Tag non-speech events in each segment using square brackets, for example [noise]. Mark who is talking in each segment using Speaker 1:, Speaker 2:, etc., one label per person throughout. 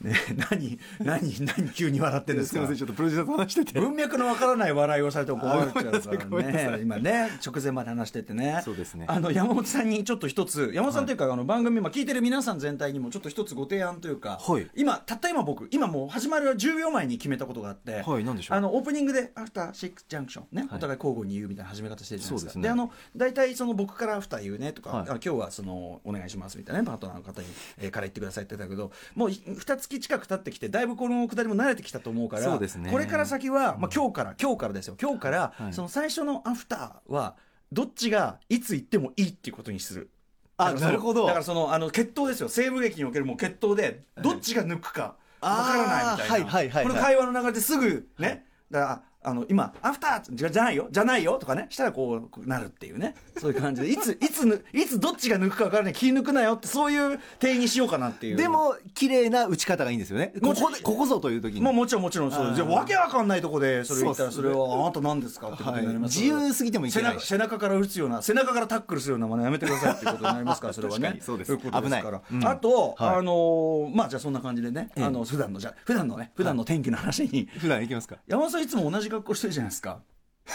Speaker 1: ね、何何何急に笑ってるんです
Speaker 2: すみ
Speaker 1: か
Speaker 2: ませんちょっとプロデューサーと話してて
Speaker 1: 文脈のわからない笑いをされても困っちゃうか
Speaker 2: あごめんなさいごめんな
Speaker 1: ら
Speaker 2: さ
Speaker 1: ね
Speaker 2: い
Speaker 1: 今ね直前まで話しててね
Speaker 2: そうですね
Speaker 1: あの山本さんにちょっと一つ山本さんというか、あの番組今聞いてる皆さん全体にもちょっと一つご提案というか、
Speaker 2: はい
Speaker 1: 今たった今僕今もう始まる10秒前に決めたことがあって、
Speaker 2: はい何でしょう
Speaker 1: あのオープニングで「アフターシックスジャンクションね」
Speaker 2: はい
Speaker 1: お互い交互に言うみたいな始め方してるじゃないですか
Speaker 2: そうですね
Speaker 1: であの大体その僕から「アフター言うね」とか、
Speaker 2: はい
Speaker 1: あ今日はそのお願いしますみたいなねパートナーの方に、えーから言ってくださいって言ってたけどもう2月近く経ってきてだいぶこのくだりも慣れてきたと思うから
Speaker 2: そうですね
Speaker 1: これから先先は、まあ、今日から、今日からですよ今日から、
Speaker 2: はい
Speaker 1: その最初のアフターはどっちがいつ行ってもいいっていうことにする。
Speaker 2: あ
Speaker 1: だからその
Speaker 2: なるほど
Speaker 1: だからそのあの決闘ですよ西部劇におけるもう決闘でどっちが抜くかわからないみたいな、
Speaker 2: あーはいはいはいはい
Speaker 1: この会話の流れですぐね、だからあの今「アフター」じゃじゃないよじゃないよとかねしたらこうなるっていうねそういう感じでいついつぬいつどっちが抜くかわからない気抜くなよってそういう定義にしようかなっていう
Speaker 2: でも綺麗な打ち方がいいんですよね
Speaker 1: も
Speaker 2: こ
Speaker 1: ちろ
Speaker 2: こ
Speaker 1: ん
Speaker 2: でここぞという時に、
Speaker 1: まあもちろんもちろんそうです。じゃあわけわかんないとこでそれを言ったら
Speaker 2: そ
Speaker 1: そうれ
Speaker 2: っすね
Speaker 1: はあなた何ですかってことになります
Speaker 2: はい自由すぎてもいけないし
Speaker 1: 背中背中から打つような背中からタックルするようなものやめてくださいっていうことになりますから
Speaker 2: [laughs]
Speaker 1: それは
Speaker 2: 確
Speaker 1: ね
Speaker 2: かにそうです
Speaker 1: いことですから
Speaker 2: 危ないうん
Speaker 1: あと、
Speaker 2: はい
Speaker 1: あのーまあじゃあそんな感じでね、あの普段のじゃあ普段のね普段の天気の話に、
Speaker 2: 普段いきますか
Speaker 1: 山本さんいつも同じ格好してるじゃないですか。 [laughs]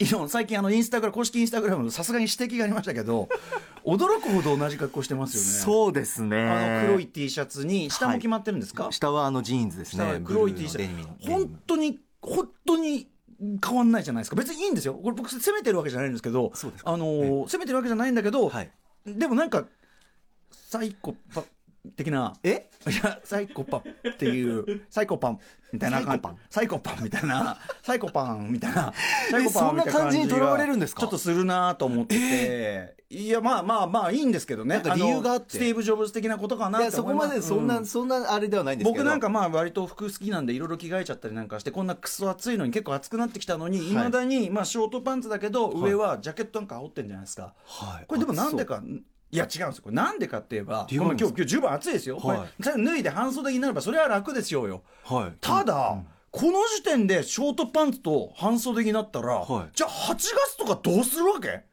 Speaker 1: いや最近あのインスタグラム公式インスタグラムのさすがに指摘がありましたけ
Speaker 2: [laughs]
Speaker 1: ど驚くほど同じ格好してますよね。
Speaker 2: そうですね
Speaker 1: あの黒い T シャツに下も決まってるんですか、
Speaker 2: 下はあのジーンズです
Speaker 1: 下は
Speaker 2: ね
Speaker 1: 黒い T シ
Speaker 2: ブルーのデニ
Speaker 1: ャ
Speaker 2: ム
Speaker 1: ツ本当に本当に変わんないじゃないですか別にいいんですよこれ僕責めてるわけじゃないんですけど
Speaker 2: そうですか
Speaker 1: あのー責めてるわけじゃないんだけど、
Speaker 2: はい
Speaker 1: でもなんかサイコパ的な
Speaker 2: え
Speaker 1: いやサイコパって
Speaker 2: [laughs]
Speaker 1: いうサイコパンみたいな
Speaker 2: サイコパン
Speaker 1: サイコパンみたいな
Speaker 2: [laughs]
Speaker 1: サイコパンみたいなサイ
Speaker 2: え
Speaker 1: コパンみたい
Speaker 2: そんな感じに
Speaker 1: が
Speaker 2: とらわれるんですか
Speaker 1: ちょっとするなと思ってていやまあまあまあいいんですけどね
Speaker 2: なんか理由があって
Speaker 1: のスティーブ・ジョブズ的なことかないと思い
Speaker 2: や
Speaker 1: ます
Speaker 2: そこまでそんな、
Speaker 1: う
Speaker 2: そんなあれではないんですけど
Speaker 1: 僕なんかまあ割と服好きなんでいろいろ着替えちゃったりなんかしてこんなクソ暑いのに結構暑くなってきたのにいまだにまあショートパンツだけど
Speaker 2: はい
Speaker 1: 上はジャケットなんか羽織ってんじゃないですか
Speaker 2: はい
Speaker 1: これでもなんでかいや違うんですよこれなんでかって言えば
Speaker 2: 理由
Speaker 1: ご
Speaker 2: があ
Speaker 1: め
Speaker 2: る
Speaker 1: ん
Speaker 2: んで
Speaker 1: 今
Speaker 2: す
Speaker 1: 日今日10
Speaker 2: か
Speaker 1: 番暑いですよこれ
Speaker 2: はい
Speaker 1: それ脱いで半袖になればそれは楽ですよよ
Speaker 2: はい
Speaker 1: ただこの時点でショートパンツと半袖になったら
Speaker 2: はい
Speaker 1: じゃあ8月とかどうするわ
Speaker 2: [laughs]
Speaker 1: け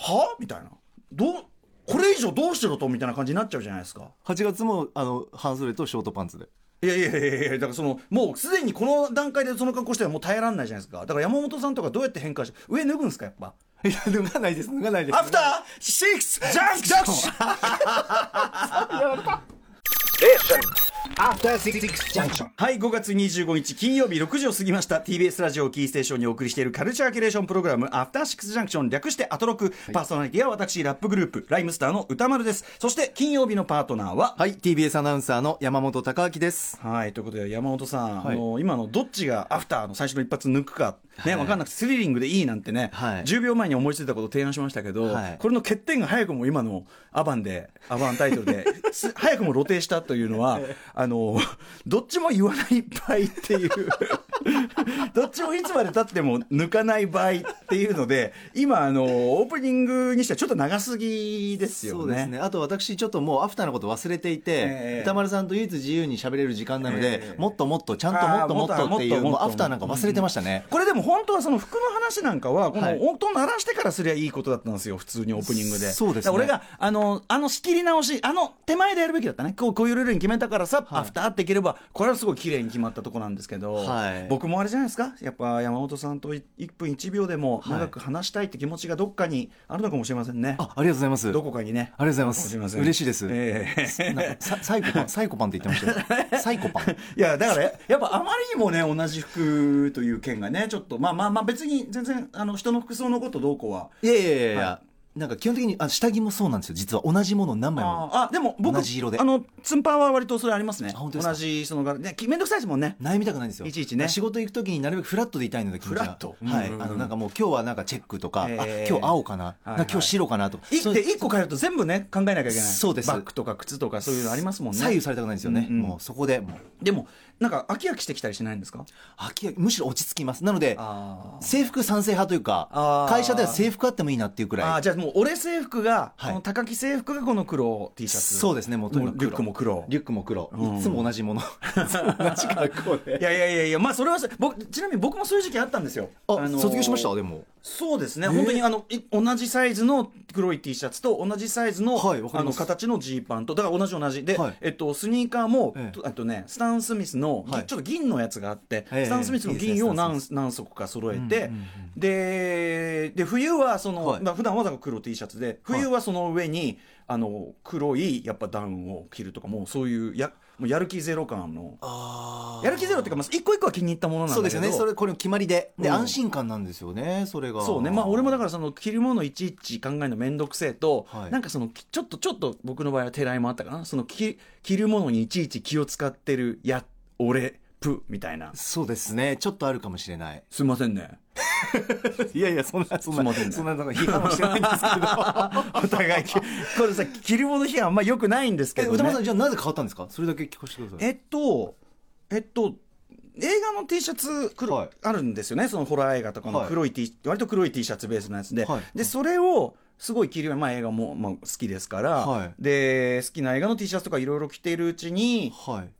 Speaker 1: はみたいなどうこれ以上どうしてろとみたいな感じになっちゃうじゃないですか
Speaker 2: 8月もあの半袖とショートパンツで
Speaker 1: いやいやいやいやだからそのもうすでにこの段階でその格好してはもう耐えられないじゃないですかだから山本さんとかどうやって変化して上脱ぐんですかやっぱ
Speaker 2: いや脱がないです脱がないです
Speaker 1: アフターシックスジャンクション
Speaker 3: After Six Junction.
Speaker 1: はい5月25日金曜日6時を過ぎました TBS ラジオをキーステーションにお送りしているカルチャーキュレーションプログラム「アフターシックスジャンクション」略して「アトロク」パーソナリティは私ラップグループライムスターの歌丸ですそして金曜日のパートナーは
Speaker 2: はい TBS アナウンサーの山本貴明です
Speaker 1: はいということで山本さん、
Speaker 2: はい
Speaker 1: あの今のどっちがアフターの最初の一発抜くか、ね分かんなくてスリリングでいいなんてね、
Speaker 2: はい
Speaker 1: 10秒前に思いついたことを提案しましたけど、
Speaker 2: はい
Speaker 1: これの欠点が早くも今のアバンでアバンタイトルです早くも露呈したというの
Speaker 2: [laughs]
Speaker 1: はあのどっちも言わない場合っていう [laughs] どっちもいつまでたっても抜かない場合っていうので今あのオープニングにしてはちょっと長すぎですよね。
Speaker 2: そうですねあと私ちょっともうアフターのこと忘れていて、
Speaker 1: ええ
Speaker 2: 歌丸さんと唯一自由に喋れる時間なので、
Speaker 1: ええ
Speaker 2: もっともっとちゃんともっともっ
Speaker 1: あー
Speaker 2: と
Speaker 1: も
Speaker 2: っ
Speaker 1: っと
Speaker 2: ていう
Speaker 1: もっともっと
Speaker 2: もうアフターなんか忘れてましたね、
Speaker 1: これでも本当はその服の話なんかはこ
Speaker 2: はい
Speaker 1: の音鳴らしてからすりゃいいことだったんですよ普通にオープニングで
Speaker 2: そうです
Speaker 1: だ
Speaker 2: ね
Speaker 1: から俺があのあの仕切り直しあの手前でやるべきだったねこうこういうルールに決めたからさ、アフターっていければこれはすごい綺麗に決まったとこなんですけど、
Speaker 2: はい
Speaker 1: 僕もあれじゃないですかやっぱ山本さんと1分1秒でも長く話したいって気持ちがどっかにあるのかもしれませんね、
Speaker 2: あありがとうございます
Speaker 1: どこかにね
Speaker 2: ありがとうご
Speaker 1: かもし
Speaker 2: ざ
Speaker 1: れ
Speaker 2: いま
Speaker 1: ますせん
Speaker 2: 嬉しいです、
Speaker 1: ええ
Speaker 2: なんかササイコ
Speaker 1: [laughs]
Speaker 2: パンサイコパンって言ってましたよサイコパン
Speaker 1: いやだからややっぱあまりにもね同じ服という件がねちょっとまあまあまあ別に全然あの人の服装のことどうこうはい
Speaker 2: やいやいやいや、なんか基本的にあ下着もそうなんですよ実は同じものを何枚も
Speaker 1: あーあでも僕
Speaker 2: 同じ色で
Speaker 1: あのツンパーは割とそれありますね
Speaker 2: あ本当ですか
Speaker 1: 同じその柄ねきめんどくさいですもんね
Speaker 2: 悩みたくないんですよ
Speaker 1: いちいちね
Speaker 2: 仕事行く時になるべくフラットでいたいので気持ちが
Speaker 1: フラット
Speaker 2: はい、
Speaker 1: うんうんうん
Speaker 2: あのなんかもう今日はなんかチェックとか、
Speaker 1: えー
Speaker 2: あ今日青かな,、
Speaker 1: はい
Speaker 2: なんか今日白かなと
Speaker 1: い
Speaker 2: そう
Speaker 1: で一個変えると全部ね考えなきゃいけない
Speaker 2: そうです
Speaker 1: バッグとか靴とかそういうのありますもんね
Speaker 2: 左右されたくないんですよね、
Speaker 1: うんうん
Speaker 2: もうそこでもう
Speaker 1: でもなんか飽き飽きしてきたりしないんですか
Speaker 2: 飽き飽きむしろ落ち着きますなので
Speaker 1: あー
Speaker 2: 制服賛成派という
Speaker 1: あ
Speaker 2: か
Speaker 1: ー
Speaker 2: 会社では制服あってもいいなっていうく
Speaker 1: あ
Speaker 2: ら
Speaker 1: ー
Speaker 2: い
Speaker 1: じゃあももう俺制服が、
Speaker 2: はい
Speaker 1: この高木制服がこの黒 T シャツ
Speaker 2: そうですねもうとにかく
Speaker 1: リュックも黒
Speaker 2: リュックも黒、
Speaker 1: うん
Speaker 2: いつも同じ [laughs] ものいつも同じ格好
Speaker 1: い
Speaker 2: で
Speaker 1: やいやいやいやまあそれはそう僕ちなみに僕もそういう時期あったんですよ
Speaker 2: あ、
Speaker 1: のー
Speaker 2: 卒業しましたでも
Speaker 1: そうですね、
Speaker 2: えー
Speaker 1: 本当にあのい同じサイズの黒い T シャツと同じサイズの,、
Speaker 2: はいわか
Speaker 1: あ
Speaker 2: り
Speaker 1: の
Speaker 2: ます
Speaker 1: 形のジーパンとだから同じ同じで、
Speaker 2: はい
Speaker 1: えっと、スニーカーも、
Speaker 2: ええ
Speaker 1: とあとね、スタン・スミスの、ぎ
Speaker 2: はい
Speaker 1: ちょっと銀のやつがあって、
Speaker 2: ええ
Speaker 1: スタン・スミスの
Speaker 2: いいで
Speaker 1: 銀
Speaker 2: すね
Speaker 1: を何,、
Speaker 2: スタン
Speaker 1: 何足か揃えて、
Speaker 2: うんうん
Speaker 1: でで冬はその、
Speaker 2: はい
Speaker 1: まあ普段はだから黒 T シャツで冬はその上に、あの黒いやっぱダウンを着るとかもうそういうやもうやる気ゼロ感の
Speaker 2: あ
Speaker 1: やる気ゼロっていうか、まあ、一個一個は気に入ったものなんだけど
Speaker 2: そうですよねそれこれ決まりでで、
Speaker 1: うん
Speaker 2: 安心感なんですよねそれが
Speaker 1: そうねまあ俺もだかららその着るものいちいち考えるの面倒くせえと、
Speaker 2: はい
Speaker 1: なんかそのきちょっとちょっと僕の場合は手らいもあったかなその着着るものにいちいち気を使ってるや俺プみたいな
Speaker 2: そうですねちょっとあるかもしれない
Speaker 1: すいませんね
Speaker 2: いやいやそんなそ
Speaker 1: んなそん
Speaker 2: な批判はしてないんですけどお互い聞
Speaker 1: [laughs] これさ着るもの批判あんまよくないんですけ
Speaker 2: [laughs] え
Speaker 1: ど、ね、
Speaker 2: 歌丸さんじゃあなぜ変わったんですかそれだけ聞かせてください
Speaker 1: えっと、えっと、映画の T シャツ黒、
Speaker 2: はい
Speaker 1: あるんですよね、そのホラー映画とかの
Speaker 2: はい
Speaker 1: 黒い T、割と黒い T シャツベースのやつで、
Speaker 2: はい
Speaker 1: でそれをすごい着るようにまあ、映画も、まあ、好きですから、
Speaker 2: はい
Speaker 1: で好きな映画の T シャツとかいろいろ着ているうちに、
Speaker 2: はい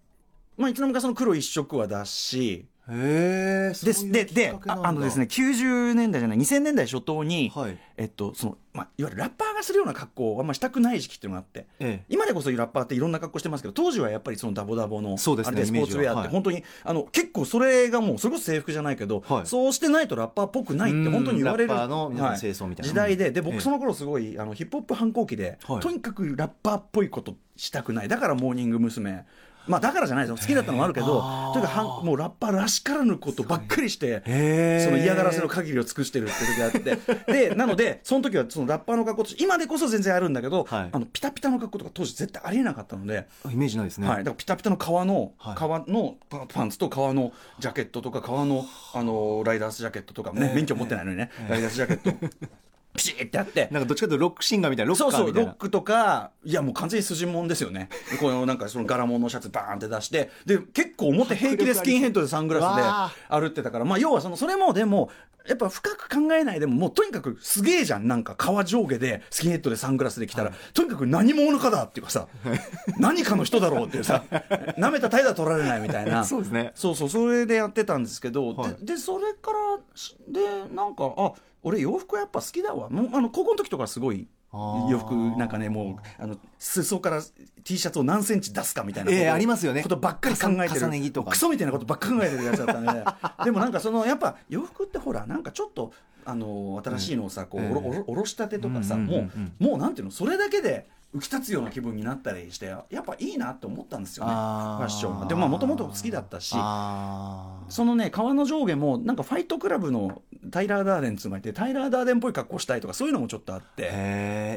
Speaker 1: まあ、いつの間にかその黒一色は出し、
Speaker 2: へえそう
Speaker 1: で
Speaker 2: いう
Speaker 1: で
Speaker 2: きっ
Speaker 1: で
Speaker 2: かけなん
Speaker 1: あ
Speaker 2: だ
Speaker 1: あのですね90年代じゃない2000年代初頭に、
Speaker 2: はい
Speaker 1: えっとそのまあ、いわゆるラッパーがするような格好をあんましたくない時期っていうのがあって。
Speaker 2: ええ
Speaker 1: 今でこそラッパーっていろんな格好してますけど当時はやっぱりそのダボダボの
Speaker 2: そうですね
Speaker 1: あれスポーツウェ
Speaker 2: イメージ
Speaker 1: ア
Speaker 2: は
Speaker 1: っ
Speaker 2: は
Speaker 1: て
Speaker 2: い
Speaker 1: 本当に、あの結構それがもうそれこそ制服じゃないけど、
Speaker 2: はい
Speaker 1: そうしてないとラッパーっぽくないって本当に言われる
Speaker 2: うんラッパーの皆さん
Speaker 1: はい
Speaker 2: 清掃みたいな
Speaker 1: 時代でで
Speaker 2: え
Speaker 1: 僕
Speaker 2: え
Speaker 1: その頃すごいあのヒップホップ反抗期で、
Speaker 2: はい
Speaker 1: とにかくラッパーっぽいことしたくないだからモーニング娘。まあだからじゃないですよ好きだったのもあるけど
Speaker 2: あー
Speaker 1: とにかくはんもうラッパーらしからぬことばっかりして。
Speaker 2: へえ
Speaker 1: その嫌がらせの限りを尽くしてるって時があって
Speaker 2: [laughs]
Speaker 1: でなのでその時はそのラッパーの格好として今でこそ全然あるんだけど、
Speaker 2: はい
Speaker 1: あのピタピタの格好とか当時絶対ありえなかったので、
Speaker 2: イメージないですね、
Speaker 1: はい、だからピタピタの革の、
Speaker 2: はい
Speaker 1: 革のパパンツと革のジャケットとか革の、あのライダースジャケットとか、ね
Speaker 2: ええ
Speaker 1: 免許持ってないのにね、ライダースジャケットピシーってあって。
Speaker 2: なんかどっちかというとロックシンガーみたいなロッカ
Speaker 1: そう
Speaker 2: ー
Speaker 1: そう
Speaker 2: みた
Speaker 1: ロ
Speaker 2: い
Speaker 1: ッ
Speaker 2: な
Speaker 1: クとかいやもう完全に筋もんですよ
Speaker 2: [laughs]
Speaker 1: ねこのなんかその柄物のシャツバーンって出してで結構表平気でスキンヘッドでサングラスで歩ってたからまあ要はそのそれもでもやっぱ深く考えないでももうとにかくすげえじゃんなんか革上下でスキンヘッドでサングラスで来たら、とにかく何者かだっていうか
Speaker 2: [laughs]
Speaker 1: さ何かの人だろうっていうさなめた態度は取られないみたいな
Speaker 2: そうですね
Speaker 1: そうそうそれでやってたんですけど、
Speaker 2: はい
Speaker 1: ででそれからしでなんかあ俺洋服やっぱ好きだわもうあの高校の時とかすごい
Speaker 2: あー
Speaker 1: 洋服なんかねもうあの裾から T シャツを何センチ出すかみたいなこと,、
Speaker 2: ええありますよね
Speaker 1: ことばっかり考えてる
Speaker 2: 重ね着とか
Speaker 1: クソみたいなことばっかり考えてるやつだった
Speaker 2: [laughs]
Speaker 1: ねでもなんかそのやっぱ洋服ってほらなんかちょっとあの新しいのをさこうおろおろおろしたてとかさ、
Speaker 2: うんうんうんうん
Speaker 1: もうもうなんていうのそれだけで浮き立つような気分になったりしてやっぱいいなって思ったんですよねフ
Speaker 2: あー
Speaker 1: ァッションがでももともと好きだったし
Speaker 2: あー
Speaker 1: そのね革の上下もなんかファイトクラブのタイラー・ダーデンっつうのがいてタイラー・ダーデンっぽい格好したいとかそういうのもちょっとあって。
Speaker 2: へ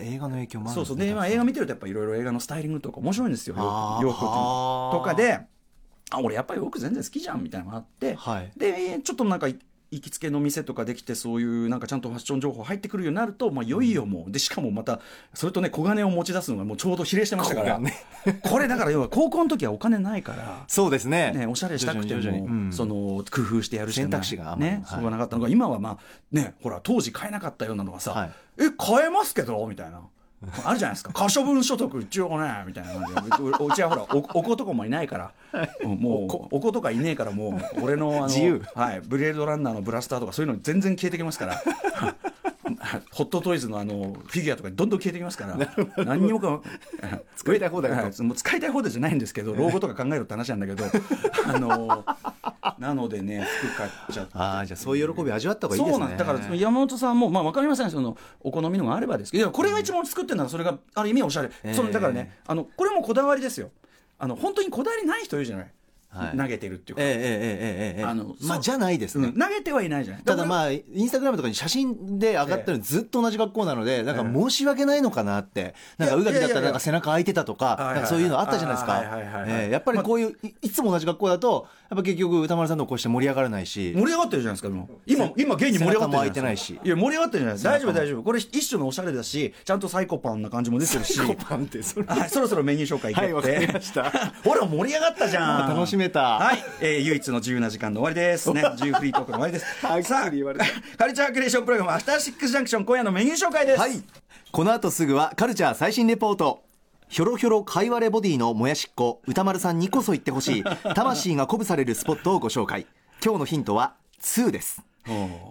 Speaker 2: え映画の影響もある
Speaker 1: そうそうで、まあ、映画見てるとやっぱいろいろ映画のスタイリングとか面白いんですよ
Speaker 2: あー
Speaker 1: 洋服っていうの
Speaker 2: はー
Speaker 1: とかであ俺やっぱり洋服全然好きじゃんみたいなのがあって、
Speaker 2: はい
Speaker 1: でちょっとなんかい行きつけの店とかできてそういうなんかちゃんとファッション情報入ってくるようになると、まあ、いよいよもうでしかもまたそれとね小金を持ち出すのがもうちょうど比例してましたから、
Speaker 2: 小金
Speaker 1: これだから要は高校の時はお金ないから。
Speaker 2: [laughs] そうですね
Speaker 1: ね、おしゃれしたくても、
Speaker 2: 徐々に徐々にうん
Speaker 1: その工夫してやるしかない
Speaker 2: 選択肢があんまり
Speaker 1: ね、
Speaker 2: はい
Speaker 1: そうがなかったのが今はまあねほら当時買えなかったようなのがさ、
Speaker 2: はい
Speaker 1: え買えますけどみたいな。あるじゃないで
Speaker 2: [laughs]
Speaker 1: すか可処分所得一応ねみたいな感じでううちはほらおお子とかもいないからうんもうお子とかいねえからもう俺のあの
Speaker 2: [laughs] 自由
Speaker 1: はい、ブレードランナーのブラスターとかそういうの全然消えてきますから
Speaker 2: [laughs]
Speaker 1: ホットトイズのあのフィギュアとかどんどん消えてきますから何にも
Speaker 2: [laughs]
Speaker 1: か
Speaker 2: 使いたい放題だと
Speaker 1: はもう使いたい放題じゃないんですけど老後とか考えろって話なんだけ
Speaker 2: [laughs]
Speaker 1: どあのなのでね服買っちゃって
Speaker 2: ああじゃあそういう喜び味わった方がいいです
Speaker 1: そ
Speaker 2: ね
Speaker 1: うなんだからその山本さんも、まあ、わかりませんそのお好みのがあればですけどいやこれが一番作ってるならそれがある意味おしゃれ、
Speaker 2: え
Speaker 1: そのだからねあのこれもこだわりですよあの本当にこだわりない人いるじゃない、
Speaker 2: はい
Speaker 1: 投げてるっていうか、
Speaker 2: ええええええええ
Speaker 1: あの
Speaker 2: ま
Speaker 1: そ
Speaker 2: あ
Speaker 1: う
Speaker 2: じゃないですね、
Speaker 1: うん投げてはいないじゃない
Speaker 2: ただ
Speaker 1: あ
Speaker 2: まあ、インスタグラムとかに写真で上がってるのずっと同じ学校なので、なんか申し訳ないのかなって、なんか
Speaker 1: いや
Speaker 2: 宇垣
Speaker 1: いやいや
Speaker 2: だった
Speaker 1: いや
Speaker 2: らなんか背中空いてたとか
Speaker 1: いはい、
Speaker 2: なんかそういうのあったじゃないです
Speaker 1: あ
Speaker 2: か
Speaker 1: ーはいはいはい。はい
Speaker 2: えーやっぱりこういう、いいつも同じ学校だと、やっぱ結局歌丸さんのこうして盛り上がらないし、
Speaker 1: 盛り上がってるじゃないですか今今今現に盛り上がってるじゃない
Speaker 2: 背中も開いてないし
Speaker 1: いや盛り上がってるじゃないですか大丈夫大丈夫これ一種のおしゃれだしちゃんとサイコパンな感じも出てるし
Speaker 2: パンってそれ
Speaker 1: はい、そろそろメニュー紹介いけって。
Speaker 2: はいわかりました
Speaker 1: [laughs] ほら、盛り上がったじ [laughs] ゃん。
Speaker 2: 楽しめた
Speaker 1: はい、えー唯一の自由な時間の終わりです。 [laughs] ね、自由フリートークの終わりです。
Speaker 2: は
Speaker 1: さあ、
Speaker 2: 言われた
Speaker 1: カルチャークリエーションプログラム、アフターシックスジャンクション、今夜のメニュー紹介です。
Speaker 2: はい。この後すぐはカルチャー最新レポートひょろひょろかいわれボディのもやしっこ歌丸さんにこそ言ってほしい魂が鼓舞されるスポットをご紹介今日のヒントは2です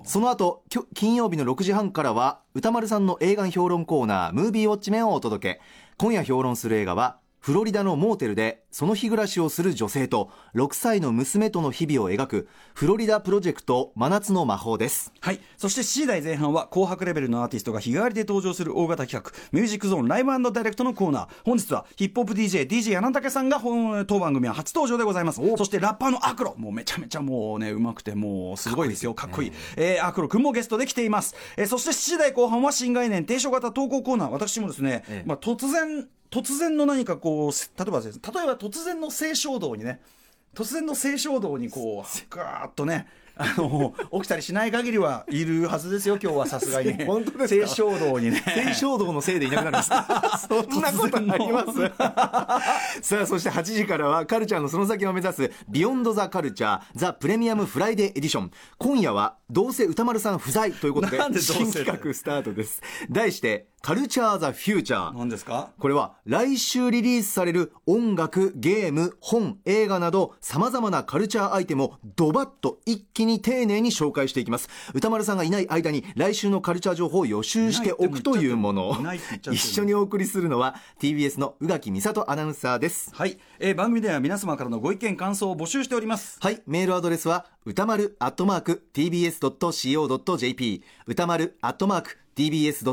Speaker 2: その後きょ金曜日の6時半からは歌丸さんの映画評論コーナー「ムービーウォッチメン」をお届け今夜評論する映画はフロリダのモーテルでその日暮らしをする女性と6歳の娘との日々を描くフロリダプロジェクト真夏の魔法です
Speaker 1: はい。そして7時台前半は、紅白レベルのアーティストが日替わりで登場する大型企画、ミュージックゾーンライブダイレクトのコーナー。本日は、ヒップホップ DJ、DJ 柳竹さんが本、当番組は初登場でございます。そして、ラッパーのアクロ。もうめちゃめちゃもうね、うまくて、もうすごいですよ。かっこいい。えーアクロくんもゲストで来ています。えーそして7時台後半は、新概念提唱型投稿コーナー。私もですね、
Speaker 2: ええ
Speaker 1: まあ、突然、突然の何かこう、せ例えばですね、例えば突然の性衝動にね、突然の性衝動にこう、ガーッとね、あの、起きたりしない限りはいるはずですよ、今日はさすがに。
Speaker 2: [laughs] 本当です
Speaker 1: 性
Speaker 2: か
Speaker 1: 衝動にね。
Speaker 2: 天衝動のせいでいなくなるんです [laughs] そんなことあります [laughs] さあそして8時からはカルチャーのその先を目指す「ビヨンド・ザ・カルチャー・ザ・プレミアム・フライデー・エディション」今夜はどうせ歌丸さん不在ということで
Speaker 1: なんでどうせ
Speaker 2: 新企画スタートです題して「カルチャー・ザ・フューチャー」
Speaker 1: 何ですか
Speaker 2: これは来週リリースされる音楽、ゲーム、本、映画など様々なカルチャーアイテムをドバッと一気に丁寧に紹介していきます。歌丸さんがいない間に来週のカルチャー情報を予習しておくというもの
Speaker 1: いないって言っちゃってる
Speaker 2: 一緒にお送りするのは TBS の宇垣美里アナウンサーです。
Speaker 1: はい。えー番組では皆様からのご意見、感想を募集しております。
Speaker 2: はい、メールアドレスは、歌丸アットマーク tbs.co.jp、歌丸アットマーク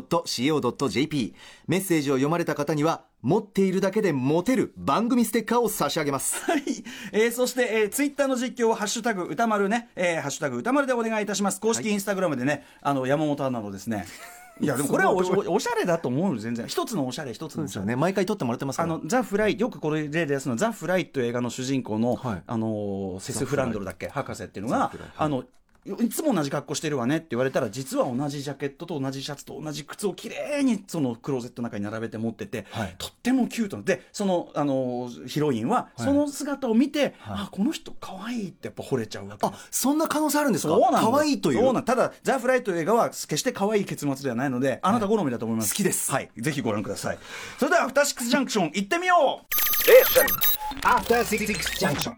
Speaker 2: tbs.co.jp、メッセージを読まれた方には、持っているだけでモテる番組ステッカーを差し上げ [laughs] ます。
Speaker 1: はい。えーそして、えツイッター Twitter の実況をハッシュタグ歌丸ね、えーハッシュタグ歌丸でお願いいたします。公式インスタグラムでね、あの、山本アナのですね。いや、でもこれはおしおおしゃれだと思うよ全然。一つのおしゃれ、一つのおしゃれ。
Speaker 2: ね、毎回撮ってもらってますか
Speaker 1: あ
Speaker 2: ら。
Speaker 1: のザ・フライよくこれ例で出すのはザ・フライという映画の主人公の、
Speaker 2: はい
Speaker 1: あのーセス・フランドルだっけ博士っていうのが
Speaker 2: ザフライはい
Speaker 1: あのいつも同じ格好してるわねって言われたら実は同じジャケットと同じシャツと同じ靴をきれいにそのクローゼットの中に並べて持ってて、
Speaker 2: はい
Speaker 1: とってもキュートなでその、あのーヒロインはその姿を見て、あこの人可愛いってやっぱ惚れちゃうわけ
Speaker 2: あ、そんな可能性あるんですか
Speaker 1: そうなんです
Speaker 2: 可愛いとい。
Speaker 1: そううなんただ「ザ・フライ」という映画は決して可愛い結末ではないのであなた好みだと思います、
Speaker 2: 好きです
Speaker 1: はいぜひご覧くださいそれでは「アフターシックス・ジャンクション」行ってみよう
Speaker 3: After Six Junction.